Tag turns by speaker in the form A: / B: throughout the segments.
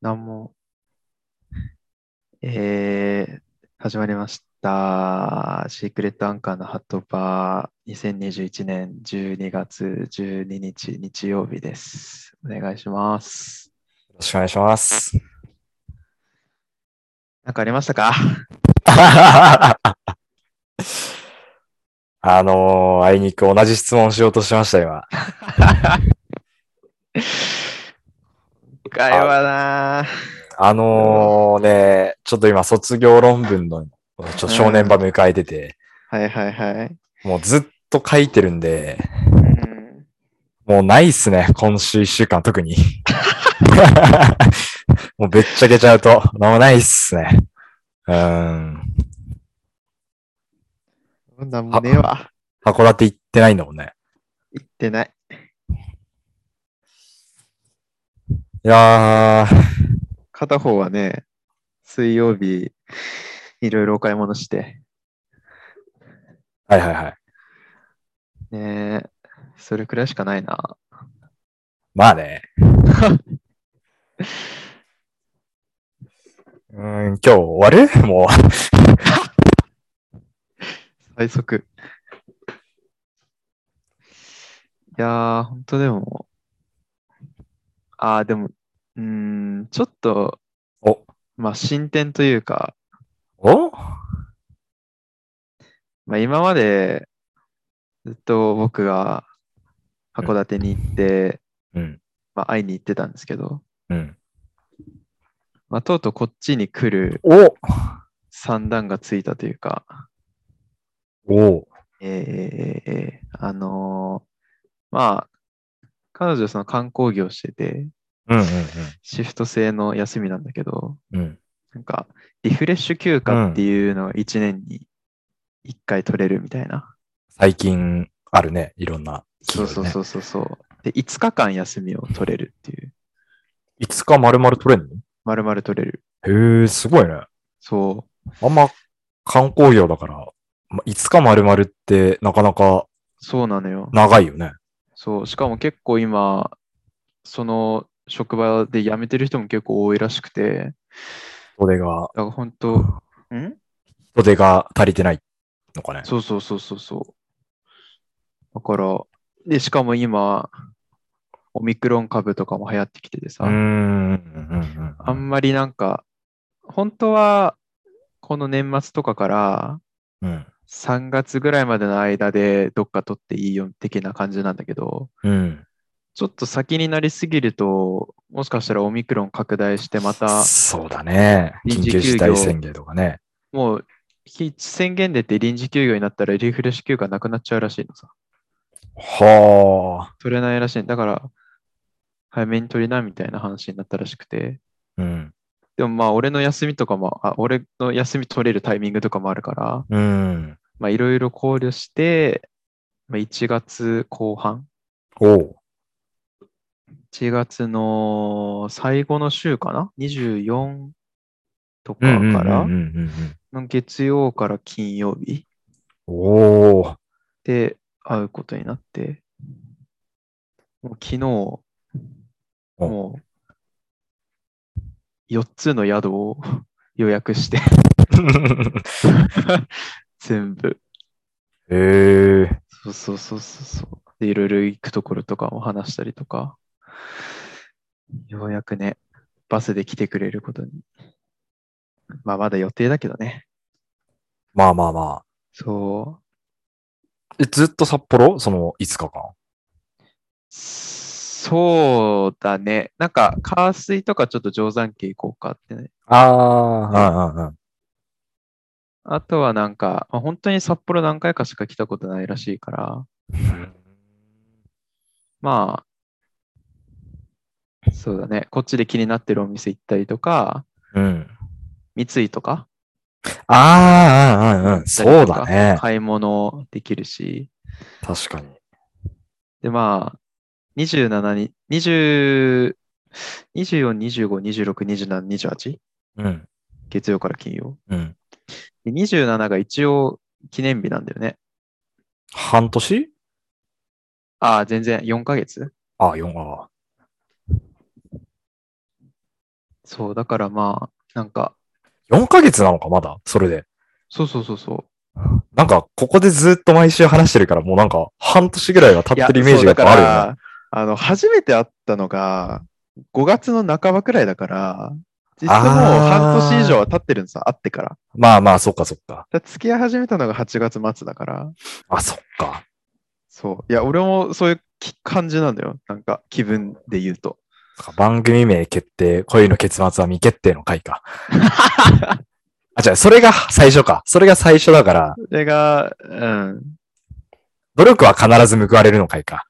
A: なんも。えー、始まりました。シークレットアンカーのハトバー、2021年12月12日、日曜日です。お願いします。
B: よろしくお願いします。
A: なんかありましたか
B: あのー、あいにく同じ質問しようとしました、今。
A: 今回はな
B: あのー、ね、ちょっと今卒業論文のちょっと正念場迎えてて、
A: はいはいはい。
B: もうずっと書いてるんで、
A: うん、
B: もうないっすね、今週一週間特に。 もうべっちゃけちゃうと、もうないっすね。うーん。
A: そんなんもねえわ。
B: 函館行ってないんだもんね。
A: 行ってない。
B: いやー、
A: 片方はね、水曜日、いろいろお買い物して、
B: はいはいはい。
A: ねえそれくらいしかないな。
B: まあね。 うーん、今日終わるもう。
A: 最速。いやー、ほんとでも、あー、でも、うーん、ちょっと、
B: お
A: まあ、進展というか、
B: お
A: まあ、今まで、ずっと僕が函館に行って、
B: うん。
A: まあ、会いに行ってたんですけど、
B: うん。
A: まあ、とうとうこっちに来る
B: お
A: 算段がついたというか、
B: お
A: えーえーえーえーあのーまあ、彼女その観光業してて、
B: うんうん
A: シフト制の休みなんだけど、
B: うん。うん。
A: なんか、リフレッシュ休暇っていうのが1年に1回取れるみたいな。
B: 最近あるね。いろんな
A: そう
B: 企業
A: そ
B: で
A: う
B: ね。
A: そうそうそう。で、5日間休みを取れるっていう。
B: 5日丸々取れん
A: 丸々取れる。
B: のへえ、すごいね。
A: そ
B: あんま観光業だから、ま5日丸々ってなかなか
A: う。そうなのよ。
B: 長いよね。
A: そう。しかも結構今、その職場で辞めてる人も結構多いらしくて、
B: 人手が、
A: だから本当、ん
B: 人手が足りてないのかね。
A: そうそうそうそうそう。だから、で、しかも今、オミクロン株とかも流行ってきててさ、
B: うーん。うんうんうん
A: あんまりなんか、本当は、この年末とかから
B: うん。
A: 3月ぐらいまでの間でどっか取っていいよ的な感じなんだけど、
B: うん。
A: ちょっと先になりすぎると、もしかしたらオミクロン拡大してまた、
B: そうだね。
A: 臨
B: 緊
A: 時
B: 急事
A: 休
B: 態
A: 業
B: 宣言とかね。
A: もうひ宣言出て臨時休業になったらリフレッシュ休暇なくなっちゃうらしいのさ。
B: はあ。
A: 取れないらしい。だから、早めに取りなみたいな話になったらしくて。
B: うん。
A: でもまあ、俺の休みとかも、あ俺の休み取れるタイミングとかもあるから、
B: うん。
A: まあ、いろいろ考慮して、まあ、1月後半、
B: おう。
A: 1月の最後の週かな ?24 とか
B: うんうんうんう
A: か
B: ん
A: ら、
B: うん
A: の月曜から金曜日
B: おお。
A: で会うことになって、もう昨日、もう、4つの宿を 予約して、全部。
B: へえ。
A: そうそうそうそうそう。で、いろいろ行くところとかも話したりとか、ようやくね、バスで来てくれることに。まあ、まだ予定だけどね。
B: まあまあまあ。
A: そう。
B: えずっと札幌その5日間。
A: そうだね。なんか、川水とかちょっと定山渓行こうかってね。
B: ああ。うんうんうん。
A: あとはなんか、まあ、本当に札幌何回かしか来たことないらしいから、まあ、そうだね。こっちで気になってるお店行ったりとか、
B: うん。
A: 三井とか、
B: ああ、うんうんうん。そうだね。
A: 買い物できるし、
B: 確かに。
A: で、まあ、27に、20 24、25、26、27、28?
B: うん。
A: 月曜から金曜。
B: うん。
A: で27が一応記念日なんだよね。
B: 半年
A: ああ、全然4ヶ月
B: ああ、4、ああ。
A: そう、だからまあ、なんか、
B: 4ヶ月なのか、まだそれで。
A: そうそうそうそう。
B: なんか、ここでずっと毎週話してるから、もうなんか、半年ぐらいは経ってるイメージがやっぱあるよね。
A: ね。あの、初めて会ったのが、5月の半ばくらいだから、実質もう半年以上は経ってるんですよ、会ってから。だか
B: まあまあ、そっかそっか。
A: ら付き合い始めたのが8月末だから、
B: あ、そっか。
A: そう。いや、俺もそういうき感じなんだよ。なんか、気分で言うと。
B: そっか番組名決定、恋の結末は未決定の回か。あ、じゃあ、それが最初か。それが最初だから、
A: それが、うん。
B: 努力は必ず報われるの回か。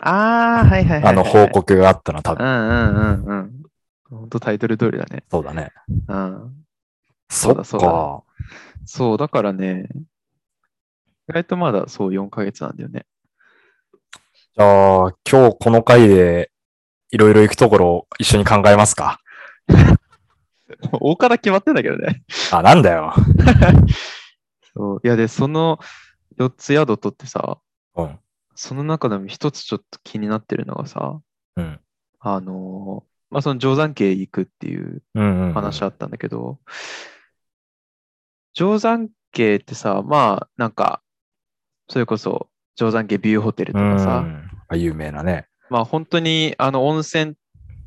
A: ああ、はいはいはい、はい。
B: あの報。告があったのは多
A: う
B: 分。
A: んうんうんうん。本当タイトル通りだね。
B: そうだね。
A: うん。
B: そっ
A: うだそうだ
B: か。
A: そう、だからね、意外とまだそう4ヶ月なんだよね。
B: じゃあ、今日この回で、いろいろ行くところを一緒に考えますか。
A: 大方決まってんだけどね。
B: あ、なんだよ。
A: そういやで、その4つ宿取ってさ、
B: うん。
A: その中でも一つちょっと気になってるのがさ、
B: うん。
A: あのーまあ、その定山渓行くっていう
B: うん、うん。
A: 話あったんだけど、定山渓ってさ、まあ、なんか、それこそ定山渓ビューホテルとかさ、
B: うんあ有名なね。
A: まあ本当にあの温泉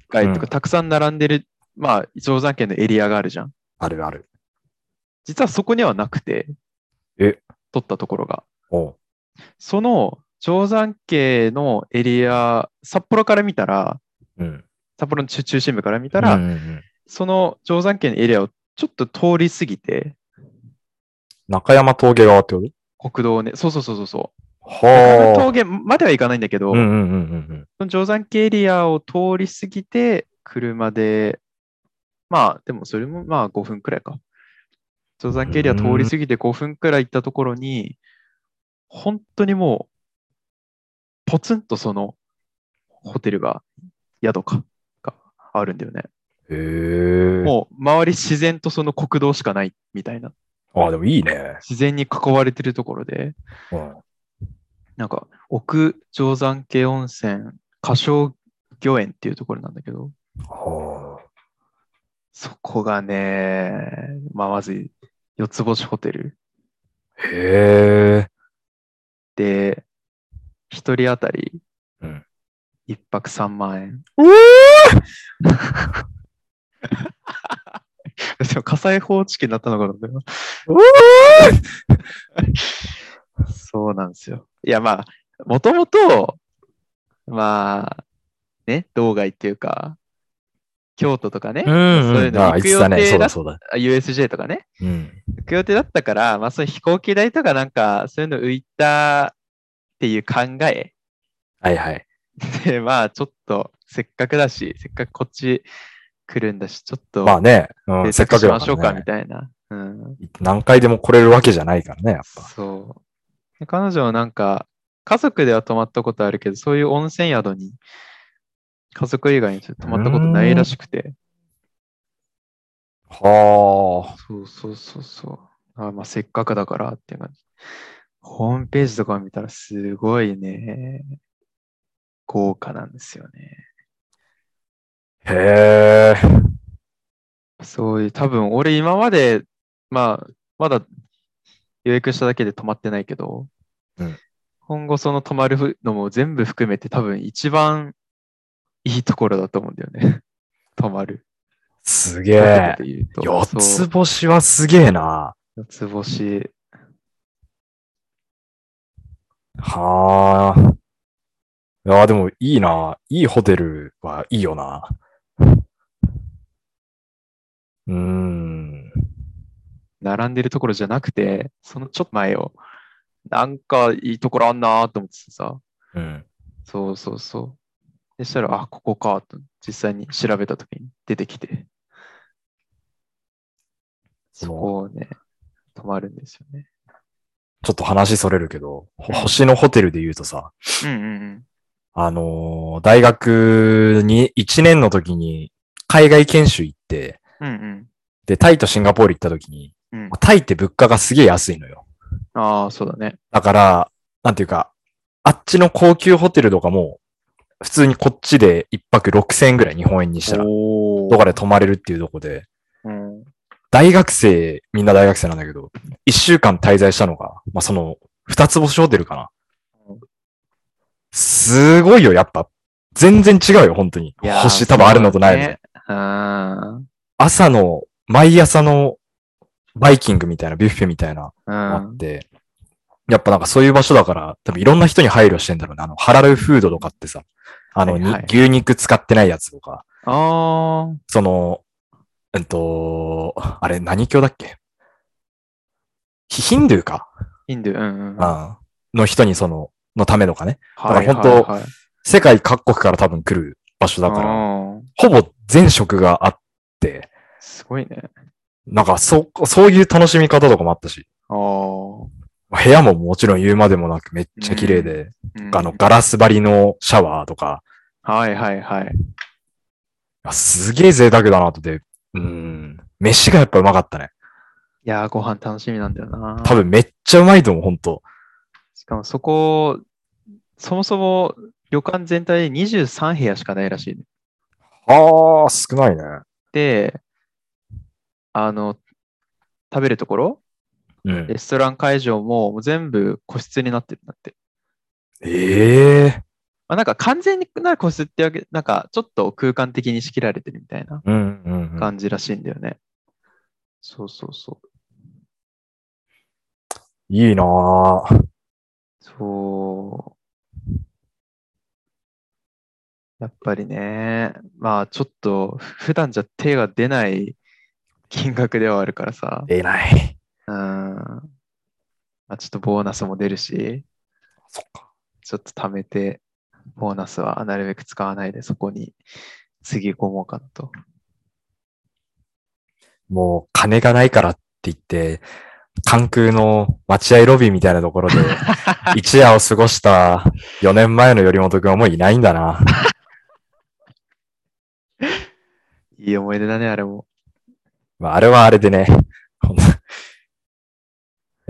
A: 街と
B: うん
A: かたくさん並んでる、まあ定山渓のエリアがあるじゃん。
B: あるある。
A: 実はそこにはなくて、
B: え
A: 取ったところが。
B: おう
A: その定山渓のエリア、札幌から見たら、
B: うん。
A: 札幌の中中心部から見たら、
B: うんうんうん
A: その定山渓のエリアをちょっと通り過ぎて、
B: 中山峠側ってこと
A: 国道をね、そうそうそうそうそう。中
B: は
A: 峠まではいかないんだけ
B: あ。
A: ど、
B: うんうんうんうん
A: その定山渓エリアを通り過ぎて、車で、まあ、でもそれもまあ5分くらいか。定山渓エリア通り過ぎて5分くらい行ったところに、本当にもう、ポツンとそのホテルが、宿か、があるんだよね。
B: うん。へえ。
A: もう周り自然とその国道しかないみたいな、
B: あ、でもいいね。
A: 自然に囲われてるところで、
B: うん。
A: なんか奥定山渓温泉、花鳥御苑っていうところなんだけど、
B: は
A: そこがね、まあ、まず四つ星ホテル
B: あ。へえ。
A: で、一人当たり
B: うん
A: 一泊三万円。
B: うえ
A: でも火災報知器になったのかなと思います そうなんですよ。いや、まあ、もともと、まあ、ね、道外っていうか、京都とかね、
B: う
A: そ
B: ん。
A: ういううんの
B: あ、
A: 行く
B: 言って
A: 予
B: たね。
A: 定
B: そう
A: だ
B: だ
A: っ
B: そうだ。
A: あ USJ とかね、
B: うん。
A: 行く予定だったから、まあ、そういう飛行機代とかなんか、そういうの浮いたっていう考え
B: はいはい。
A: で、まあ、ちょっと、せっかくだし、せっかくこっち来るんだし、ちょっと、
B: まあね、うん、せっかく
A: し
B: だ
A: まし
B: か
A: ょう
B: ら
A: か、
B: ね
A: みたいな。うん。
B: 何回でも来れるわけじゃないからね、やっぱ。
A: そう。で彼女はなんか、家族では泊まったことあるけど、そういう温泉宿に、家族以外に泊まったことないらしくて。
B: はあ。
A: そうそうそうそう。あまあ、せっかくだからっていう感じ。ホームページとか見たらすごいね、豪華なんですよね。
B: へえ。
A: そういう、多分俺今まで、まあ、まだ予約しただけで泊まってないけど、
B: うん
A: 今後その泊まるのも全部含めて多分一番いいところだと思うんだよね。 泊まる。
B: すげ
A: ホテル
B: え。
A: で言うと
B: 四
A: そ
B: つ
A: う
B: 星はすげえな。
A: 四つ星。
B: はあ。いや、でもいいな。いいホテルはいいよな。うーん。
A: 並んでるところじゃなくて、そのちょっと前を、なんかいいところあんなーと思っててさ、
B: うん。
A: そうそうそう。でしたら、あ、ここかと、実際に調べたときに出てきて、
B: そ
A: そ
B: の
A: こをね、泊まるんですよね。
B: ちょっと話それるけど、ほ星のホテルで言うとさ、
A: うんうん
B: あのー大学に1年の時に海外研修行って、
A: うん。うん
B: で、タイとシンガポール行った時に、
A: うん。うん、
B: タイって物価がすげえ安いのよ。
A: ああ、そうだね。
B: だから、なんていうか、あっちの高級ホテルとかも、普通にこっちで一泊6000円ぐらい日本円にしたら、
A: お
B: と
A: ー
B: かで泊まれるっていうとこで、
A: うん。
B: 大学生、みんな大学生なんだけど、一週間滞在したのが、まあ、その、二つ星ホテルかな
A: うん。
B: すごいよ、やっぱ。全然違うよ、本当に。
A: いやー
B: 星多分あるのとないの
A: そう
B: で、
A: ねあ
B: 朝の、毎朝のバイキングみたいな、ビュッフェみたいな、あ
A: あ。う
B: っ
A: ん。
B: て、やっぱなんかそういう場所だから、多分いろんな人に配慮してんだろうね。あの、ハラルフードとかってさ、あの、
A: はいはい
B: に牛肉使ってないやつとか、
A: あ
B: その、うんと、あれ、何教だっけヒヒンドゥーか、
A: あ。インド、うんうん。
B: うん、の人にその、のためとかね。
A: はい
B: だから本世界各国から多分来る場所だから、
A: ら。
B: ほぼ全食があって、
A: すごいね。
B: なんかそ、そういう楽しみ方とかもあったし、
A: ああ。
B: 部屋ももちろん言うまでもなくめっちゃ綺麗で、
A: うん
B: あの、ガラス張りのシャワーとか、
A: はいはいはい。
B: あすげえ贅沢だなとで、うん、飯がやっぱうまかったね。
A: いやー、ご飯楽しみなんだよな。
B: 多分めっちゃうまいと思う、ほんと。
A: しかもそこ、そもそも旅館全体で23部屋しかないらしいね。
B: ああ、少ないね。
A: で、あの、食べるところ、
B: うん。
A: レストラン会場ももう全部個室になってるんだって。
B: ええ
A: まあ、なんか完全な個室ってわけ、なんかちょっと空間的に仕切られてるみたいな
B: うんうんうん。
A: 感じらしいんだよね。そうそうそう。
B: いいなー
A: そう。やっぱりね、まあちょっと普段じゃ手が出ない金額ではあるからさ。
B: えない。
A: うん。まあ、ちょっとボーナスも出るし、
B: そっか。
A: ちょっと貯めて、ボーナスはなるべく使わないでそこにつぎ込もうかなと。
B: もう、金がないからって言って、関空の待合ロビーみたいなところで、 一夜を過ごした4年前の頼元くんはもういないんだな。
A: いい思い出だね、あれも。
B: まあ、あれはあれでね。 ほんと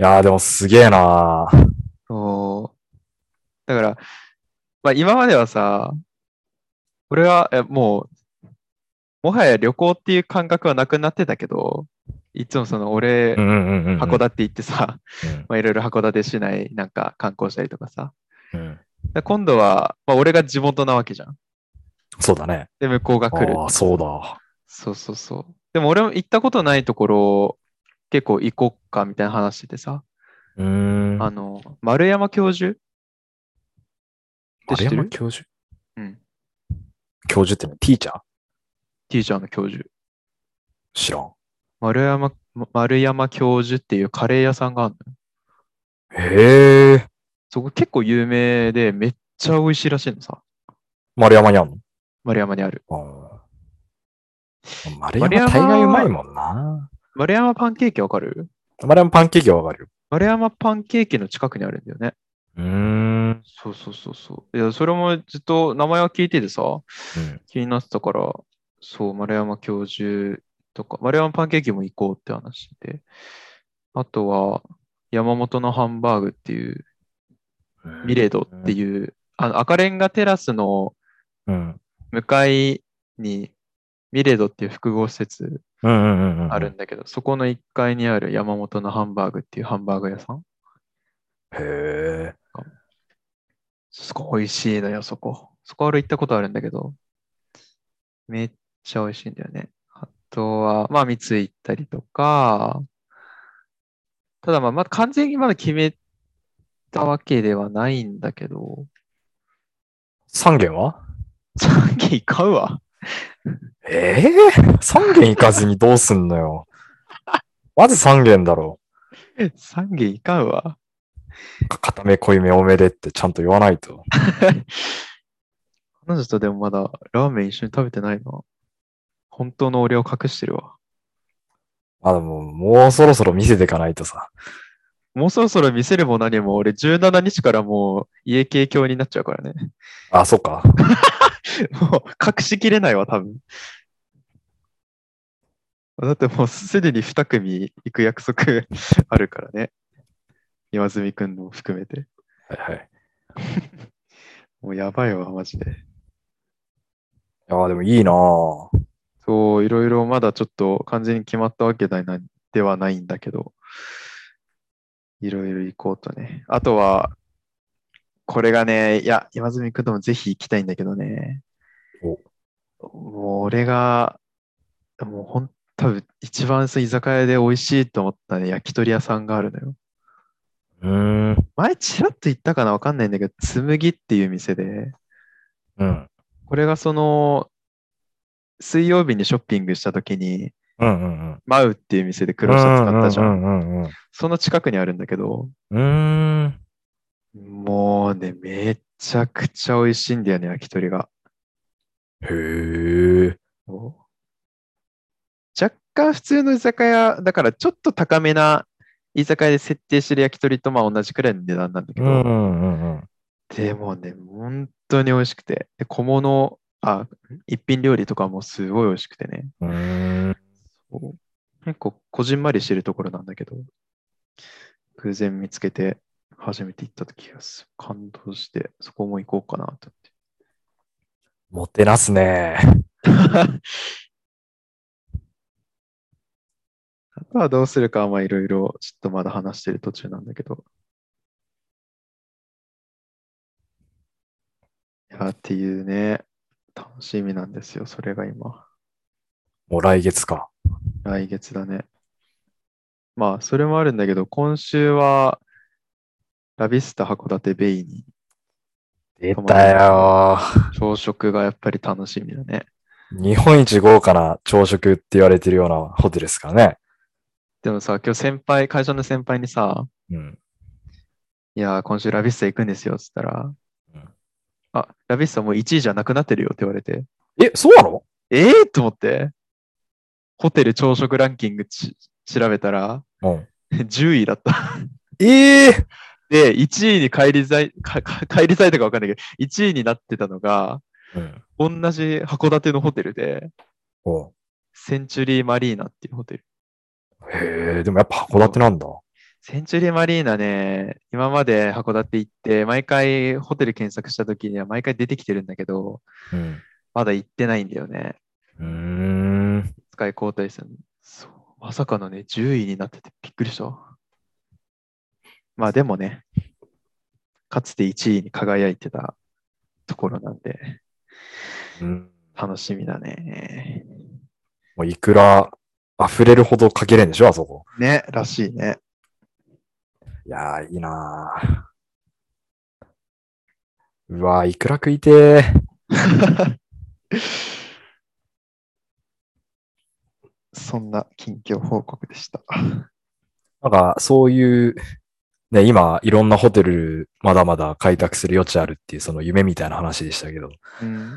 B: いやー、でもすげえなー
A: そう。だから、まあ、今まではさ、俺はえもう、もはや旅行っていう感覚はなくなってたけど、いつもその俺、
B: うんうんうんうん。
A: 函館行ってさ、
B: うん
A: まあ、いろいろ函館市内なんか観光したりとかさ。
B: うん。
A: で今度は、まあ、俺が地元なわけじゃん。
B: そうだね。
A: で、向こうが来る。
B: ああ、そうだ。
A: そうそうそう。でも俺も行ったことないところ、結構行こっかみたいな話しててさ、
B: うーん。
A: あの、丸山教授って知
B: 丸
A: って
B: 山
A: る
B: 教授
A: うん。
B: 教授ってのはティーチャー
A: ティーチャーの教授。
B: 知らん。
A: 丸山、丸山教授っていうカレー屋さんがあるのよ。
B: へえ。
A: そこ結構有名で、めっちゃ美味しいらしいのさ、
B: 丸山にあんの
A: 丸山にある。
B: うん丸
A: 丸
B: 山
A: 山
B: 大概うまいもんな。
A: 丸山パンケーキわかる
B: 丸山パンケーキはわかるよ。
A: 丸山パンケーキの近くにあるんだよね。
B: うーん。うん
A: そうそうそうそう。いや、それもずっと名前は聞いててさ、気になってたから、そう、丸山教授とか、丸山パンケーキも行こうって話で、あとは、山本のハンバーグっていう、ミレードっていう、あの赤レンガテラスの
B: うん。
A: 向かいに、ミレードっていう複合施設
B: うんうんうんうん。
A: あるんだけど、そこの1階にある山本のハンバーグっていうハンバーグ屋さん。
B: へえ。
A: すごい美味しいのよ、そこ。そこ俺行ったことあるんだけど、めっちゃ美味しいんだよね。あとは、まあ、三井行ったりとか、ただまあ、まだ完全にまだ決めたわけではないんだけど、
B: 三軒は
A: 3軒買うわ。
B: ええ三軒行かずにどうすんのよ。 まず三軒だろ
A: 3軒いかんわ。
B: う。か固め濃いめおめでってちゃんと言わないと。
A: 彼女とでもまだラーメン一緒に食べてないな。本当の俺を隠してるわ。
B: あ、でも、もうそろそろ見せていかないとさ。
A: もうそろそろ見せるも何も俺17日からもう家系教になっちゃうからね。
B: あ、そっか。
A: もう隠しきれないわ、多分。だってもうすでに2組行く約束あるからね。岩住くんのも含めて。
B: はいはい。
A: もうやばいわ、マジで。
B: いやーでもいいなぁ。
A: そう、いろいろまだちょっと完全に決まったわけではないではないんだけど、いろいろ行こうとね。あとは、これがね、いや、今住君ともぜひ行きたいんだけどね。もう俺が、もうほん、多分一番その居酒屋で美味しいと思ったね、焼き鳥屋さんがあるのよ。
B: うーん。
A: 前ちらっと言ったかなわかんないんだけど、紬っていう店で、
B: うん。
A: これがその、水曜日にショッピングした時に、
B: うんうんうん。
A: マウっていう店で黒シャツ買ったじゃん。
B: うんうんうんうん
A: その近くにあるんだけど、
B: うん。うーん。
A: もうね、めちゃくちゃ美味しいんだよね、焼き鳥が。
B: へえ。
A: 若干普通の居酒屋、だからちょっと高めな居酒屋で設定してる焼き鳥とまあ同じくらいの値段なんだけ
B: う
A: ど、
B: んうんうんうん。
A: でもね、本当に美味しくて、で小物、あ、一品料理とかもすごい美味しくてね、
B: うーん。
A: 結構こじんまりしてるところなんだけど、偶然見つけて初めて行った時がす感動して、そこも行こうかなと思って。
B: もてなすね。
A: あとはどうするかはまあいろいろちょっとまだ話してる途中なんだけど。いやっていうね、楽しみなんですよ、それが今。
B: もう来月か。
A: 来月だね。まあ、それもあるんだけど、今週は、ラビスタ函館ベイに
B: 出たよー。
A: 朝食がやっぱり楽しみだね。
B: 日本一豪華な朝食って言われてるようなホテルですからね。
A: でもさ、今日先輩、会社の先輩にさ、
B: うん。
A: いやー、今週ラビスタ行くんですよ、っつったら、
B: うん
A: あ、ラビスタもう1位じゃなくなってるよって言われて、
B: え、そうなの
A: ええー、と思って、ホテル朝食ランキングち調べたら、
B: うん。
A: 10位だった。
B: ええ
A: で、1位に返り咲い、かか返り咲いたかわかんないけど、1位になってたのが、
B: うん。
A: 同じ函館のホテルで、
B: おう
A: センチュリーマリーナっていうホテル。
B: へえ、でもやっぱ函館なんだ。
A: センチュリーマリーナね、今まで函館行って、毎回ホテル検索した時には毎回出てきてるんだけど、
B: うん。
A: まだ行ってないんだよね。
B: うーん。
A: 使い交代戦。そう。まさかのね、10位になっててびっくりしたわ。まあでもね、かつて1位に輝いてたところなんで、
B: うん
A: 楽しみだね。
B: もういくら溢れるほどかけれんでしょ、あそこ。
A: ね、らしいね。
B: いやー、いいなーうわー、いくら食いてー。
A: そんな近況報告でした。
B: なんか、そういう、ね、今、いろんなホテル、まだまだ開拓する余地あるっていう、その夢みたいな話でしたけど、
A: うん、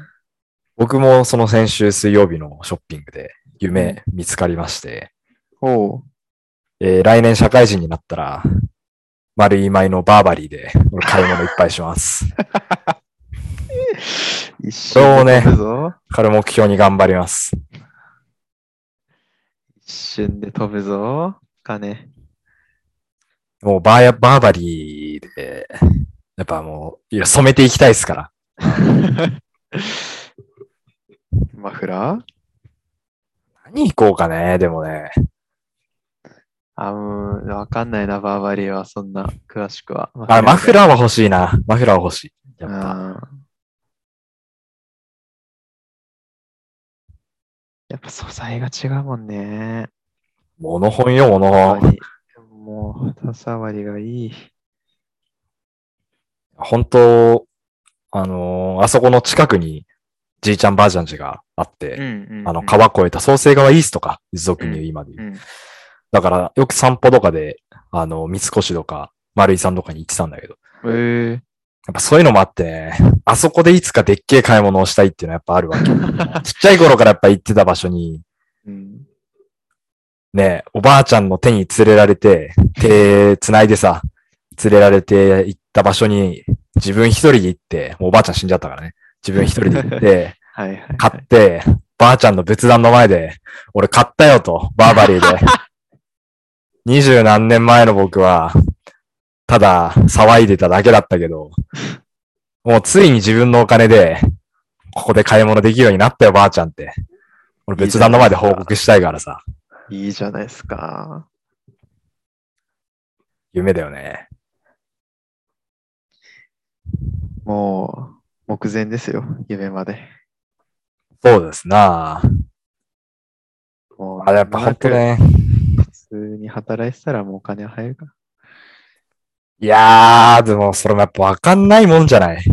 B: 僕もその先週水曜日のショッピングで夢見つかりまして、
A: おう。
B: えー来年社会人になったら、丸い舞のバーバリーで買い物いっぱいします。
A: 一瞬で飛ぶぞ。
B: これ目標に頑張ります。
A: 一瞬で飛ぶぞ。金。
B: もうバーや、バーバリーで、やっぱもう、いや、染めていきたいですから。
A: マフラー
B: 何行こうかね、でもね。
A: あ、うん、わかんないな、バーバリーは、そんな、詳しくは。
B: あ、マフラーは欲しいな。マフラーは欲しい。やっぱ。
A: ぱ。やっぱ素材が違うもんね。
B: モノ本よ、モノ
A: 本当
B: 本。
A: にもう肌触りがいい。
B: 本当、あのーあそこの近くに、じいちゃんばあちゃんちがあって、あの、川越えた創生川イースとか、俗に言う今で言う。
A: うん。
B: だから、よく散歩とかで、あの、三越とか、丸井さんとかに行ってたんだけど、
A: ええ
B: やっぱそういうのもあってね、あそこでいつかでっけえ買い物をしたいっていうのはやっぱあるわ け。ちっちゃい頃からやっぱ行ってた場所に、
A: うん。
B: ね、おばあちゃんの手に連れられて、手繋いでさ、連れられて行った場所に、自分一人で行って、もうおばあちゃん死んじゃったからね。自分一人で行って、
A: はいはい、はい。
B: 買って、ばあちゃんの仏壇の前で、俺買ったよと、バーバリーで。二十何年前の僕は、ただ騒いでただけだったけど、もうついに自分のお金で、ここで買い物できるようになったよ、ばあちゃんって。俺別段の前で報告したいからさ。
A: いいじゃないですか。
B: 夢だよね。
A: もう、目前ですよ、夢まで。
B: そうですな
A: もう
B: あれやっぱ本当ね。
A: 普通に働いてたらもうお金入るから。
B: いやー、でもそれもやっぱわかんないもんじゃない。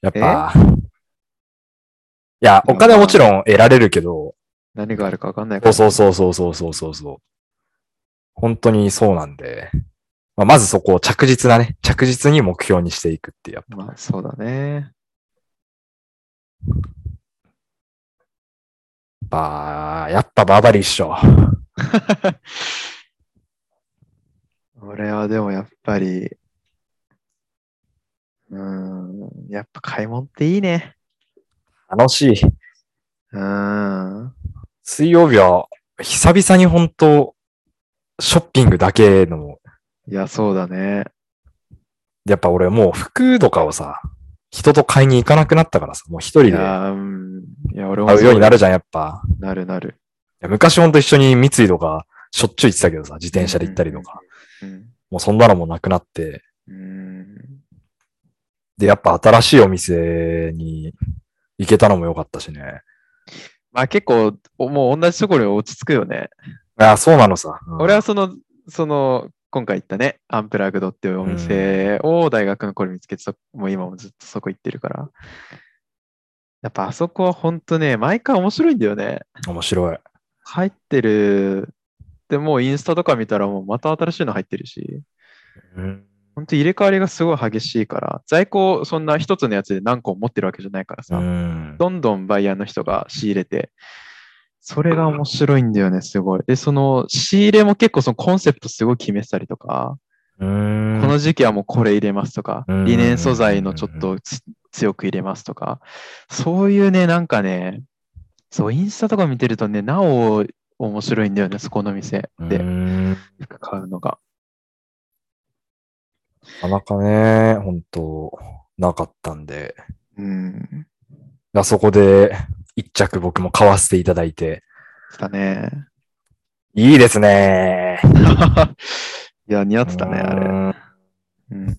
B: やっぱ。いや、お金はもちろん得られるけど、
A: 何があるか分かんないか
B: そ
A: ら。
B: うそうそうそうそうそうそうそう。本当にそうなんで、まあ、まずそこを着実なね、着実に目標にしていくっていうやっぱ
A: まあ、そうだね。
B: やっぱ、やっぱバーバリーっしょ。
A: 俺はでもやっぱり、うーん、やっぱ買い物っていいね。
B: 楽しい。
A: うーん。
B: 水曜日は、久々に本当ショッピングだけの、
A: いや、そうだね。
B: やっぱ俺もう服とかをさ、人と買いに行かなくなったからさ、もう一人
A: い
B: で買
A: や、うん。いや、俺も
B: うようにな
A: る。
B: るじゃん、やっぱ。
A: なるなる。
B: いや昔ほんと一緒に三井とか、しょっちゅう行ってたけどさ、自転車で行ったりとか。
A: うん。
B: もうそんなのもなくなって、
A: うん。
B: で、やっぱ新しいお店に行けたのも良かったしね。
A: まあ結構、おもう同じところに落ち着くよね。
B: ああ、そうなのさ。うん
A: 俺は、その、その、今回行ったね、アンプラグドっていうお店を大学の頃見つけてそ、もう今もずっとそこ行ってるから。やっぱあそこは本当ね、毎回面白いんだよね。
B: 面白い。
A: 入ってる。でもうインスタとか見たらもうまた新しいの入ってるし、
B: うん
A: 本当入れ替わりがすごい激しいから、在庫そんな一つのやつで何個も持ってるわけじゃないから
B: う
A: さ、
B: ん。
A: どんどんバイヤーの人が仕入れて、それが面白いんだよね、すごい。で、その仕入れも結構そのコンセプトすごい決めてたりとか、
B: う
A: こ
B: ん
A: の時期はもうこれ入れますとか、
B: うん
A: リネン素材のちょっとつ強く入れますとか、そういうね、なんかね、そう、インスタとか見てるとね、なお面白いんだよね、そこの店
B: う
A: で
B: ん
A: 服買うのが。
B: なかなかね、本当なかったんで、
A: うん。
B: あそこで一着僕も買わせていただいて、
A: した ね。
B: いいですね。
A: いや、似合ってたね、あ
B: う
A: れ。
B: ーん
A: うん。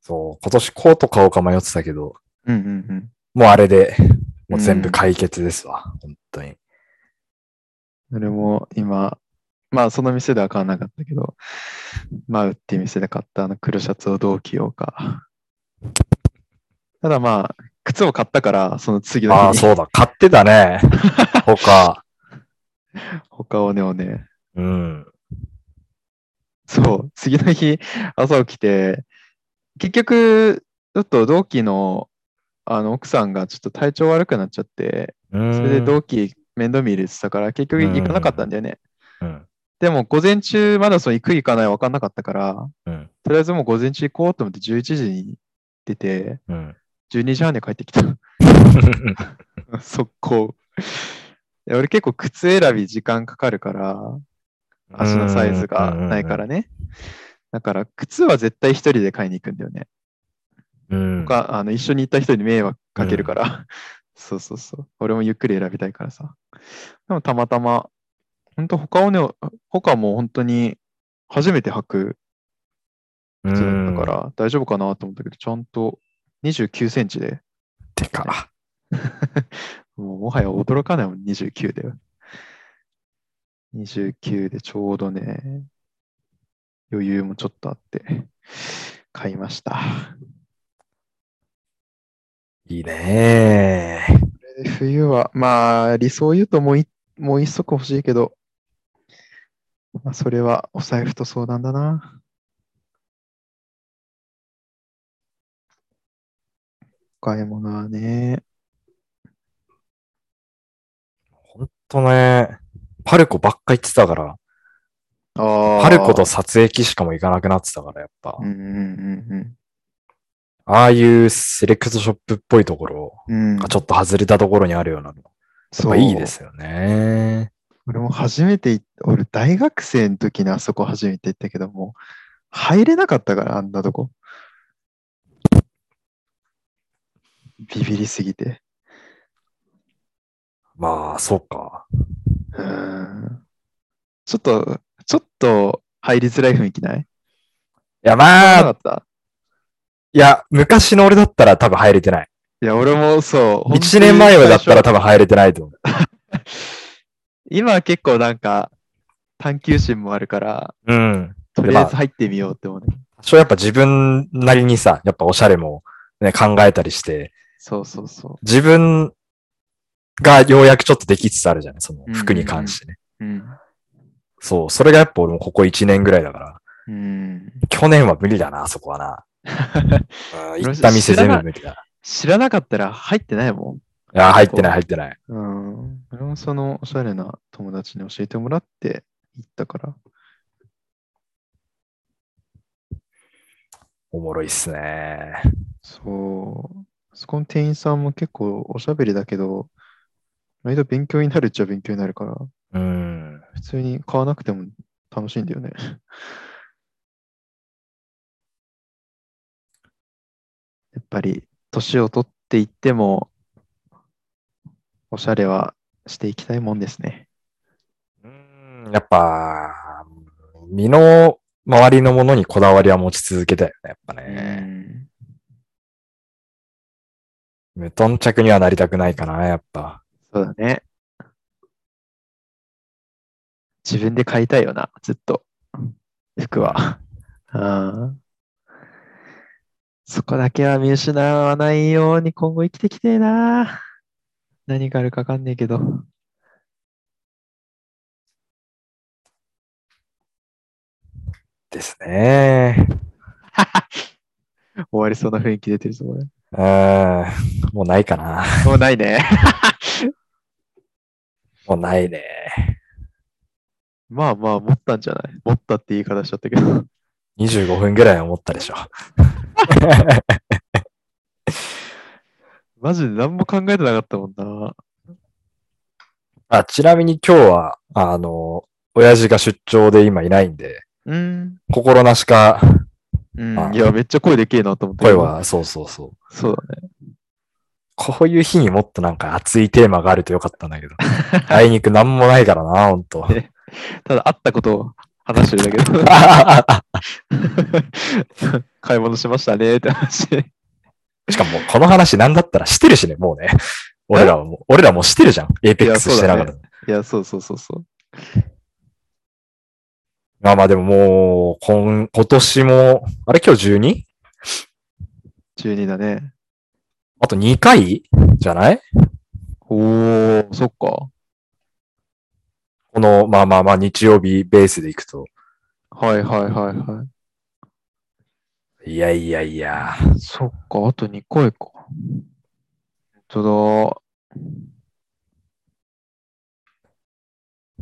B: そう、今年コート買おうか迷ってたけど、
A: うんうんうん。
B: もうあれで、もう全部解決ですわ、本当に。
A: 俺も今、まあその店では買わなかったけど、マウっていう店で買ったあの黒シャツをどう着ようか。ただまあ、靴を買ったから、その次の
B: ああ、
A: 日に
B: そうだ、買ってた ね。他、
A: 他をねをね、
B: うん。
A: そう、次の日朝起きて、結局、ちょっと同期のあの奥さんがちょっと体調悪くなっちゃって、
B: そ
A: それで同期面倒見入れてたから、結局行かなかったんだよね。
B: うん。
A: でも午前中、まだその行く行かない分かんなかったから、
B: うん。
A: とりあえずもう午前中行こうと思って11時に出て、
B: うん。
A: 12時半で帰ってきた。 速攻。で俺結構靴選び時間かかるから、 足のサイズがないからね。だから靴は絶対一人で買いに行くんだよね。
B: うん。うん。
A: 他あの一緒に行った人に迷惑かけるから。 そうそうそう。俺もゆっくり選びたいからさ。でもたまたま、本当他をね、他も本当に初めて履く
B: う
A: 靴だったか
B: ん。
A: ら、大丈夫かなと思ったけど、ちゃんと29センチで、
B: てか、
A: もうもはや驚かないもん、29で。29でちょうどね、余裕もちょっとあって、買いました。
B: いいね
A: で冬は、まあ、理想を言うともういもう一足欲しいけど、まあ、それはお財布と相談だな。お買い物はね、
B: 本当ね、パルコばっか行ってたから、
A: あ
B: パルコ
A: る
B: と撮影機しかも行かなくなってたから、やっぱ。
A: うんうん
B: ああいうセレクトショップっぽいところ
A: うんうん。うん
B: がちょっと外れたところにあるようなの。やっ
A: そ
B: ぱ
A: う
B: いいで。すよね。
A: 俺も初めて行っ、俺大学生の時にあそこ初めて行ったけども、入れなかったから、あんなとこ。ビビりすぎて。
B: まあ、そうか。
A: うーん。ちょっと、ちょっと入りづらい雰囲気ない
B: いや、ま
A: な
B: あ、
A: かった
B: いや、昔の俺だったら多分入れてない。
A: いや、俺もそう。
B: 1年前はだったら
A: 多
B: 多分入れてないと思う。
A: 分。今は結構なんか、探求心もあるから、
B: うん。
A: とりあえず入ってみようって思うね。
B: 多少やっぱ自分なりにさ、やっぱおしゃれも、ね、考えたりして、
A: そうそうそ
B: 自分がようやくちょっとできつつあるじゃないその服に関してね。
A: う。うん。
B: そう、それがやっぱ俺もここ1年ぐらいだから、
A: うん。
B: 去年は無理だな、そこはな。うん行った店全部無理だ。
A: 知らなかったら入ってないもん。
B: いや、入ってない、入ってない。
A: うん。俺もそのおしゃれな友達に教えてもらって行ったから。
B: おもろいっすね。
A: そう。そこの店員さんも結構おしゃべりだけど、割と勉強になるっちゃ勉強になるから、
B: うん。
A: 普通に買わなくても楽しいんだよね。 やっぱり、年を取っていっても、おしゃれはしていきたいもんですね。
B: うんやっぱ、身の周りのものにこだわりは持ち続けたよね、やっぱね。
A: うん
B: 無頓着にはなりたくないかな、やっぱ。
A: そうだね。自分で買いたいよな、ずっと。服は。うん。そこだけは見失わないように今後生きてきてえな。何があるかわかんねえけど。
B: ですね。
A: 終わりそうな雰囲気出てるぞ、これ。
B: うん、もうないかな。
A: もうないね。
B: もうないね。
A: まあまあ、持ったんじゃない持ったって言い方しちゃったけど。
B: 25分ぐらいは思ったでしょ。
A: マジで何も考えてなかったもんな。
B: あ、ちなみに今日は、あの、親父が出張で今いないんで、
A: うん。
B: 心なしか
A: うん
B: あ、
A: いや、めっちゃ声でけえなと思って。
B: 声。は、そうそうそう。
A: そうだね。
B: こういう日にもっとなんか熱いテーマがあるとよかったんだけど。 あいにくなんもないからな、ほんと。
A: ただ、会ったことを話してるだけど。 買い物しましたねって話。
B: しかも、この話なんだったらしてるしね、もうね。俺らはもう、俺らもうしてるじゃん。エイペックスしてなが
A: いや
B: ら。
A: いや、そうそうそうそう。
B: まあまあでももう、今、今年も、あれ今日 12?
A: 12だね。
B: あと2回じゃない
A: おー、そっか。
B: この、まあまあまあ、日曜日ベースでいくと。
A: はいはいはいはい
B: やいやいや。
A: い。そっか、あと2回か。本 当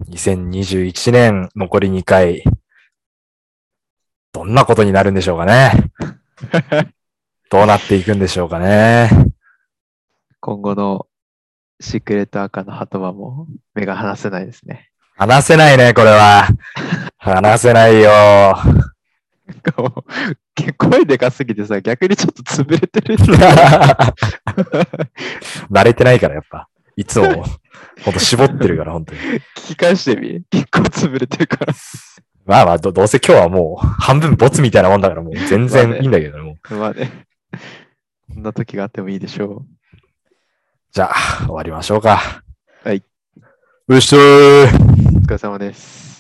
B: 2021年残り2回。どんなことになるんでしょうかね。
A: だ。
B: どうなっていくんでしょうかね。
A: 今後のシークレット赤の鳩はもう目が離せないですね。
B: 話せないね、これは。話せないよ。
A: なんかもう 声でかすぎてさ、逆にちょっと潰れてる。
B: 慣れてないから、やっぱ。い つも、ほんと絞ってるから、本当に。
A: 聞き返してみ結構潰れてるから。
B: まあまあど、どうせ今日はもう、半分ボツみたいなもんだから、もう全然いいんだけどね、もう。
A: まあね。こんな時があってもいいでしょ
B: じゃあ、終わりましょうか。
A: はい。
B: うっしょー
A: う。お疲れ様です。